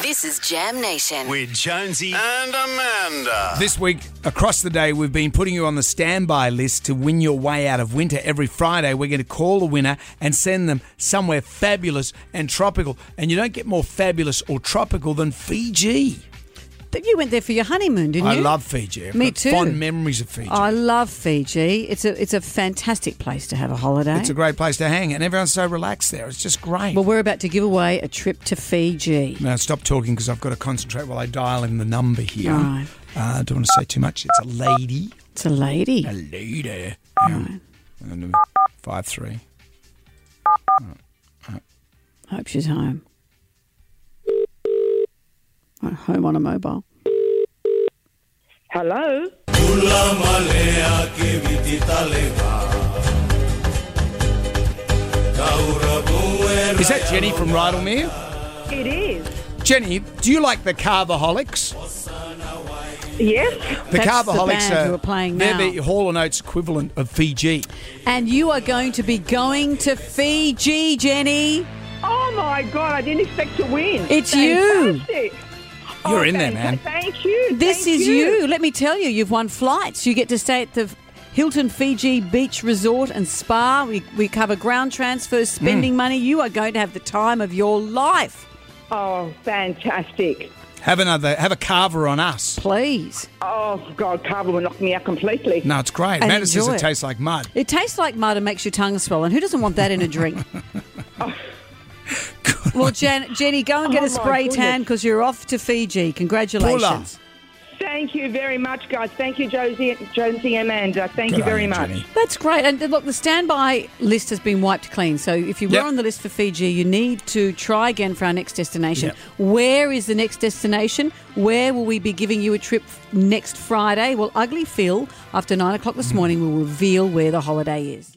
This is Jam Nation. with Jonesy. and Amanda. This week, across the day, we've been putting you on the standby list to win your way out of winter. Every Friday, we're going to call a winner and send them somewhere fabulous and tropical. And you don't get more fabulous or tropical than Fiji. But you went there for your honeymoon, didn't I you? love Fiji. I've Me got too. Fond memories of Fiji. I love Fiji. It's a it's a fantastic place to have a holiday. it's a great place to hang, and everyone's so relaxed there. It's just great. well, we're about to give away a trip to Fiji. now stop talking because I've got to concentrate while I dial in the number here. Right. Uh, I don't want to say too much. It's a lady. It's a lady. A lady. Five three. Hope she's home. At home on a mobile. Hello. Is that Jenny from Rydalmere? It is. Jenny, do you like the Carvaholics? Yes. The That's the Carvaholics band who are playing they're now. the Hall and Oates equivalent of Fiji. And you are going to be going to Fiji, Jenny. Oh my God! I didn't expect to win. It's you. You're Fantastic. Oh, in there, man. thank- Thank you. This thank is you. Let me tell you, you've won flights. You get to stay at the Hilton Fiji Beach Resort and Spa. We, we cover ground transfers, Hmm. spending money. You are going to have the time of your life. Oh, fantastic. Have another, have a carver on us. Please. Oh God, Carver will knock me out completely. No, it's great. And Amanda says enjoy it it. tastes like mud. It tastes like mud and makes your tongue swell. And who doesn't want that in a drink? well, Jan- Jenny, go and get Oh, a my spray goodness. tan because you're off to Fiji. Congratulations. Thank you very much, guys. Thank you, Josie, Josie, and Amanda. Thank Good you on very much. Jenny. That's great. And look, the standby list has been wiped clean. So if you were Yep. on the list for Fiji, you need to try again for our next destination. Yep. Where is the next destination? Where will we be giving you a trip Hmm. next Friday? Well, Ugly Phil, after nine o'clock this morning, will reveal where the holiday is.